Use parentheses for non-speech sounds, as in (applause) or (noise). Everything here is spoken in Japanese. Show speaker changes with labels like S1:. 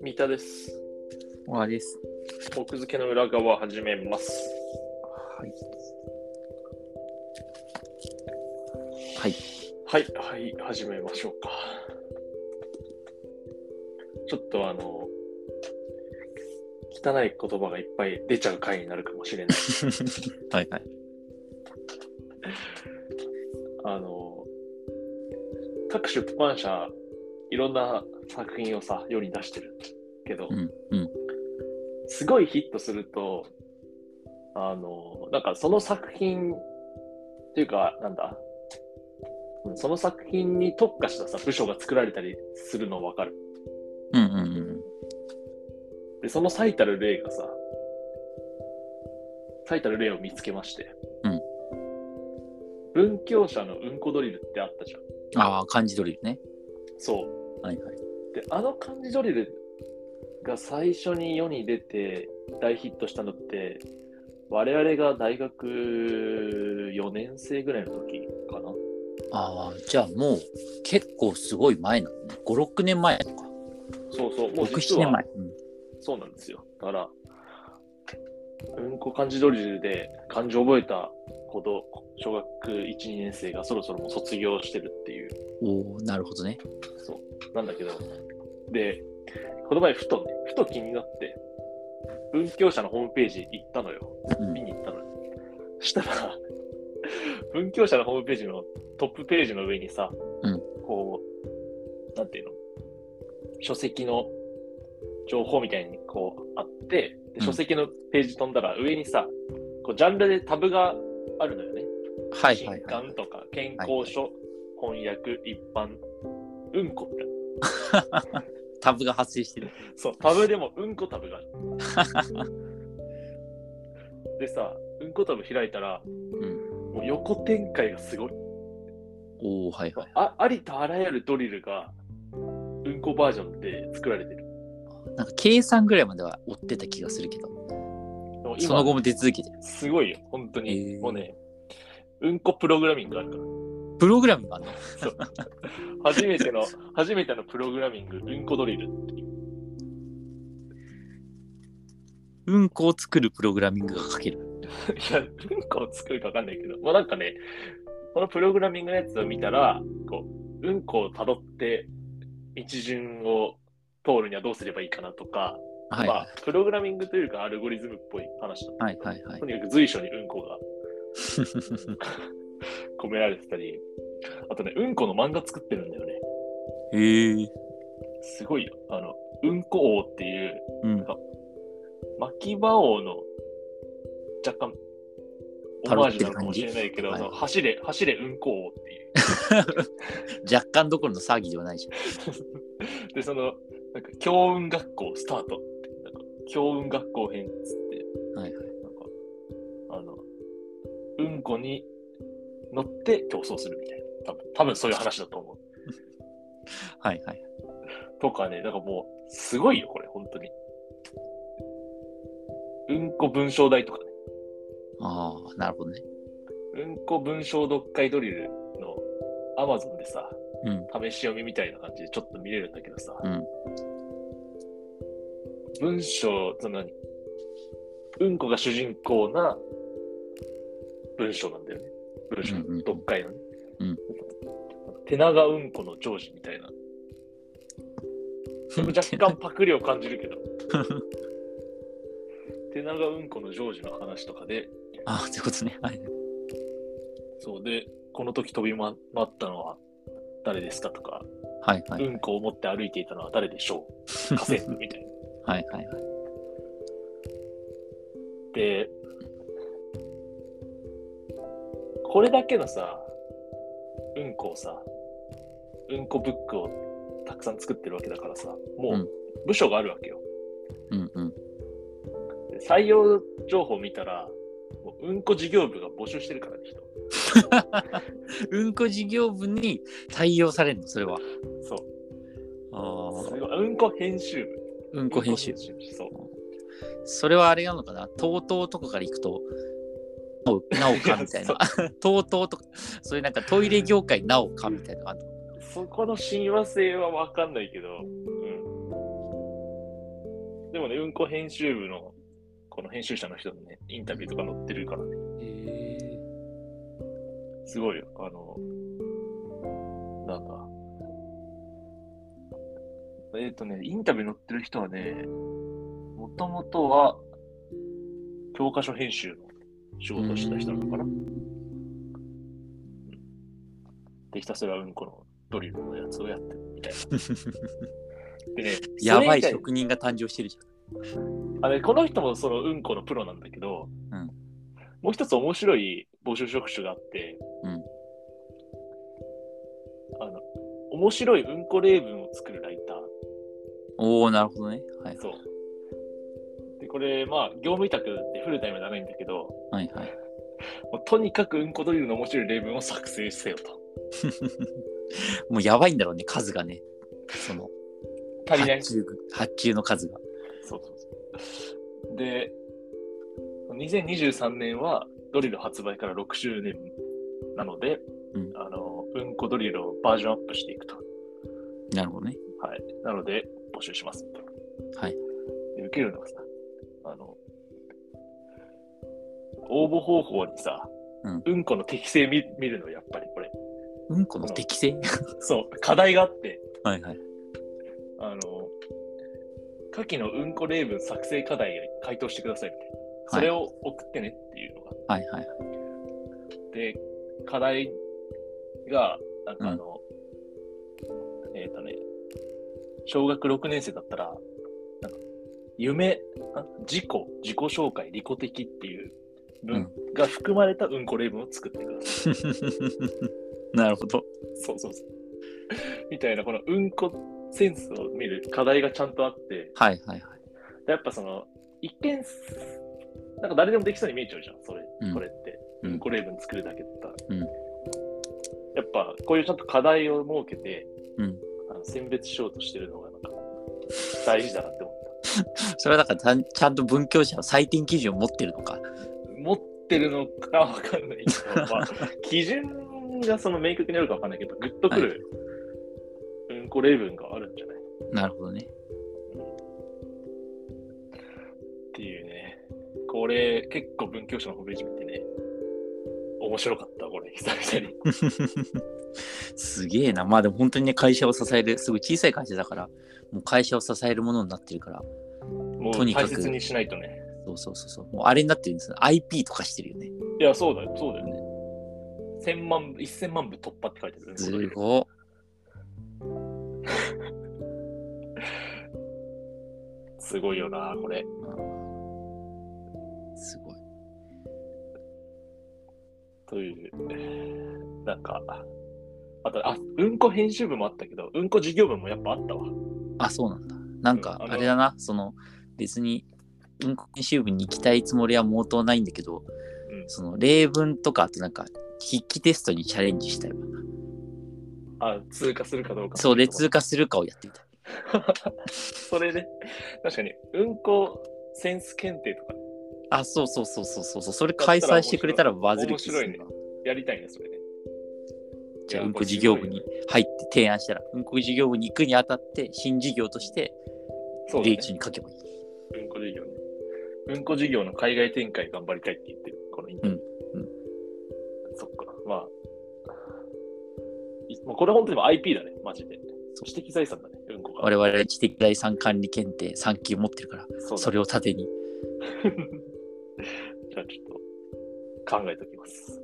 S1: 三田です。
S2: 終わりです。
S1: 奥付けの裏側始めます。
S2: はい。はい。
S1: はい、はい、始めましょうか。ちょっとあの、汚い言葉がいっぱい出ちゃう回になるかもしれ
S2: (laughs)
S1: ない。
S2: はいはい。
S1: あの、各出版社、いろんな作品をさ、世に出してるけど、
S2: うんうん。
S1: すごいヒットすると、あの、なんかその作品っていうか、なんだ、うんその作品に特化したさ、部署が作られたりするのわかる。
S2: うんうんうん。
S1: で、その最たる例がさ、最たる例を見つけまして、
S2: うん
S1: 文教者のうんこドリルってあったじゃん。
S2: ああ、漢字ドリルね。
S1: そう。
S2: はいはい。
S1: であの漢字ドリルが最初に世に出て大ヒットしたのって我々が大学4年生ぐらいの時かな
S2: ああ、じゃあもう結構すごい前なのね。5、6年前とか。
S1: そうそうもう
S2: 6、
S1: 実
S2: 7年
S1: は
S2: 前。うん
S1: そうなんですよだからうんこ漢字ドリルで漢字を覚えたほど小学12年生がそろそろもう卒業してるっていう
S2: おおなるほどね。
S1: なんだけど、で、この前ふとね、ふと気になって、文教社のホームページ行ったのよ。
S2: うん
S1: 見に行ったのよ。したら、文教社のホームページのトップページの上にさ、
S2: うん
S1: こう、なんていうの、書籍の情報みたいにこうあって、で
S2: うん
S1: 書籍のページ飛んだら上にさ、こうジャンルでタブがあるのよね。
S2: はいはい
S1: 新
S2: はい。
S1: 刊とか健康書、翻訳、一般、うんこって
S2: タブが発生してる。
S1: そう、タブでもうんこタブがある。 (laughs) でさ、うんこタブ開いたら、
S2: うん。
S1: もう横展開がすごい。
S2: おおはいはい。
S1: あありとあらゆるドリルが、うんこバージョンで作られてる。
S2: なんか計算ぐらいまでは追ってた気がするけど、
S1: でも
S2: その後
S1: 今、
S2: も出続けてる。
S1: すごいよ、本当に。
S2: へー
S1: もうね、うんこプログラミングあるから。
S2: プログラムがあるの
S1: 初めての、初めてのプログラミング、うんこドリル。
S2: うんこを作るプログラミングが書ける。
S1: いや、文化を作るかわかんないけど、まあなんかね、このプログラミングのやつを見たら、こう、うんこをたどって、道順を通るにはどうすればいいかなとか、
S2: はい
S1: まあ、プログラミングというかアルゴリズムっぽい話だ。
S2: はいはい (laughs) はい
S1: と。にかく随所にうんこが込められてたり、あとね、うんこの漫画作ってるんだよね。
S2: へえ。
S1: すごいよ。あの、うんこ王っていう、
S2: うん。
S1: 巻き場王の若干、オマージュなのかもしれないけど、
S2: パ
S1: あ
S2: ロ
S1: の
S2: ってる感じ
S1: 走れ、走れうんこ王っていう。
S2: 若干どころの騒ぎではないじゃん。
S1: で、その、なんか、強運学校スタートって、なんか、強運学校編っつっ
S2: はいはい。
S1: て、なんか、あの、うんこに乗って競争するみたいな。多分、多分そういう話だと思う。
S2: はいはい。
S1: とかね、なんかもう、すごいよ、これ、本当に。うんこ文章題とかね。
S2: ああ、なるほどね。
S1: うんこ文章読解ドリルの Amazon でさ、
S2: うん。
S1: 試し読みみたいな感じでちょっと見れるんだけどさ、
S2: うん。
S1: 文章、その何うんこが主人公な文章なんだよね。文章、
S2: うんうんうん
S1: 読解のね。
S2: うん
S1: 手長うんこの上司みたいな。それも若干パクリを感じる
S2: (laughs)
S1: けど。手長うんこの上司の話とかで、
S2: ああ、ってことね。はい。
S1: そうで、この時飛び回ったのは誰ですかとか、
S2: はいはい。
S1: うんこを持って歩いていたのは誰でし
S2: (laughs)
S1: ょう家政婦みたいな。
S2: はいはいはい。
S1: で、これだけのさ、うんこをさ、うんこブックをたくさん作ってるわけだからさ、も
S2: うん
S1: う部署があるわけよ。
S2: うんうん。 (laughs)
S1: で採用情報見たら、もううんこ事業部が募集してるからね、人。
S2: うんこ事業部に対応されるの、それは。
S1: そう。
S2: あ
S1: すご
S2: あ。
S1: いうんこ編集部。
S2: うんこ編集。
S1: そう。
S2: それはあれなのかな ?TOTO とかから行くと、おなおかみたいな。 (laughs) とうとうとか、そういうなんかトイレ業界なおかみたいなのあんの。
S1: そこの親和性は分かんないけど、うん。でもね、うんこ編集部の、この編集者の人のね、インタビューとか載ってるからね、
S2: え、
S1: すごいよ。あの、なんだ。えっ、とね、インタビュー載ってる人はね、もともとは、教科書編集の仕事をしてた人なのかな。で、ひたすらうんこのドリルのやつをやってるみたいな。でね
S2: (laughs) やばい
S1: それ以外に
S2: 職人が誕生してるじ
S1: あれ、この人もそのうんこのプロなんだけど、
S2: うん
S1: もう一つ面白い募集職種があって、
S2: うん
S1: あの面白いうんこ例文を作るライター。
S2: ゃん。おおなるほどね。はい。
S1: そう。で、これ、まあ、業務委託でフルタイムじゃないんだけど、
S2: はいはい。
S1: もうとにかくうんこドリルの面白い例文を作成せよと。
S2: もうやばいんだろうね、数がね。その、
S1: 足りない。
S2: 発注発注の数が。
S1: そうそうそう。で、2023年はドリル発売から6周年なので、
S2: うん
S1: あの、うんこドリルをバージョンアップしていくと。
S2: なるほどね。
S1: はい。なので、募集します。
S2: はい。
S1: で受けるのがさ、あの、応募方法にさ、
S2: うん
S1: この適性見見るの、やっぱりこれ。
S2: うんこの適性 (laughs)
S1: そう、課題があって、
S2: はいはい。
S1: あの、下記のうんこ例文作成課題を回答してくださいみたいな。それを送ってねっていうのが
S2: はいはい。
S1: で、課題が、なんかあの、えっ、とね、小学6年生だったら、なんか夢、あ自己、自己紹介、利己的っていう文が含まれたうんこ例文を作ってくだ (laughs) さい。
S2: (laughs) なるほど。
S1: そうそうそう。みたいな、このうんこセンスを見る課題がちゃんとあって、
S2: はいはいはい。
S1: やっぱその、一見、なんか誰でもできそうに見えちゃうじゃん、それ、
S2: うん
S1: これって。
S2: う
S1: うんんこ例文作るだけだったら。
S2: うん
S1: やっぱ、こういうちゃんと課題を設けて、
S2: うん。
S1: あの選別しようとしてるのが、なんか、大事だなって思っ
S2: それはだからたんちゃんと文教者の採点基準を持ってるのか。
S1: た。持ってるのかわかんないけど、
S2: (laughs)
S1: まあ、基準がその明確にあるかわかんないけど、グッとくる、うんこ例文があるんじゃない
S2: なるほどね。
S1: っていうね。これ、結構文教師のホームページ見てね、面白かった、これ、久々に。
S2: (laughs) すげえな。まあでも本当にね、会社を支える、すごい小さい会社だから、もう会社を支えるものになってるから、
S1: も
S2: と
S1: う
S2: にか
S1: 大
S2: く
S1: 切にしないとね。
S2: そうそうそうそう。もうあれになってるんですよ。IP とかしてるよね。
S1: いや、そうだよ、そうだよね。千万部、1000万部突破って書いてある、ね。
S2: すご
S1: すごいよな、これ。
S2: い。すごい。
S1: という、なんか、あと、あ、うんこ編集部もあったけど、うんこ事業部もやっぱあったわ。
S2: あ、そうなんだ。なんか、
S1: うんあの
S2: あれだな、その、別に、うんこ編集部に行きたいつもりは毛頭ないんだけど、
S1: うん
S2: その、例文とか、あとなんか、筆記テストにチャレンジしたいわ。
S1: あ、通過するかどうか。
S2: そう、で通。過するかをやってみたい。
S1: それで、確かに、うんこセンス検定とか
S2: あ、そうそうそうそうそうそう。それ開催してくれたらバズる気がするな。
S1: やりたいね、それで。
S2: じゃ
S1: い
S2: あ、
S1: や
S2: うんこ事業部
S1: 面
S2: に
S1: 白
S2: 入って提案したら、うんこ事業部に行くにあたって、新事業として、
S1: そうだ
S2: 例
S1: ね。
S2: 中に書けばいい。
S1: うんこ事業ね。うんこ事業の海外展開頑張りたいって言ってる、このインタビュー。
S2: うんう
S1: そっか、まあ。いもうこれ本当にもう IP だね、マジで。そして知的財産だね、うんこが。
S2: 我々知的財産管理検定3級持ってるから、
S1: そうだね
S2: それを盾に。
S1: じゃあちょっと考えておきます。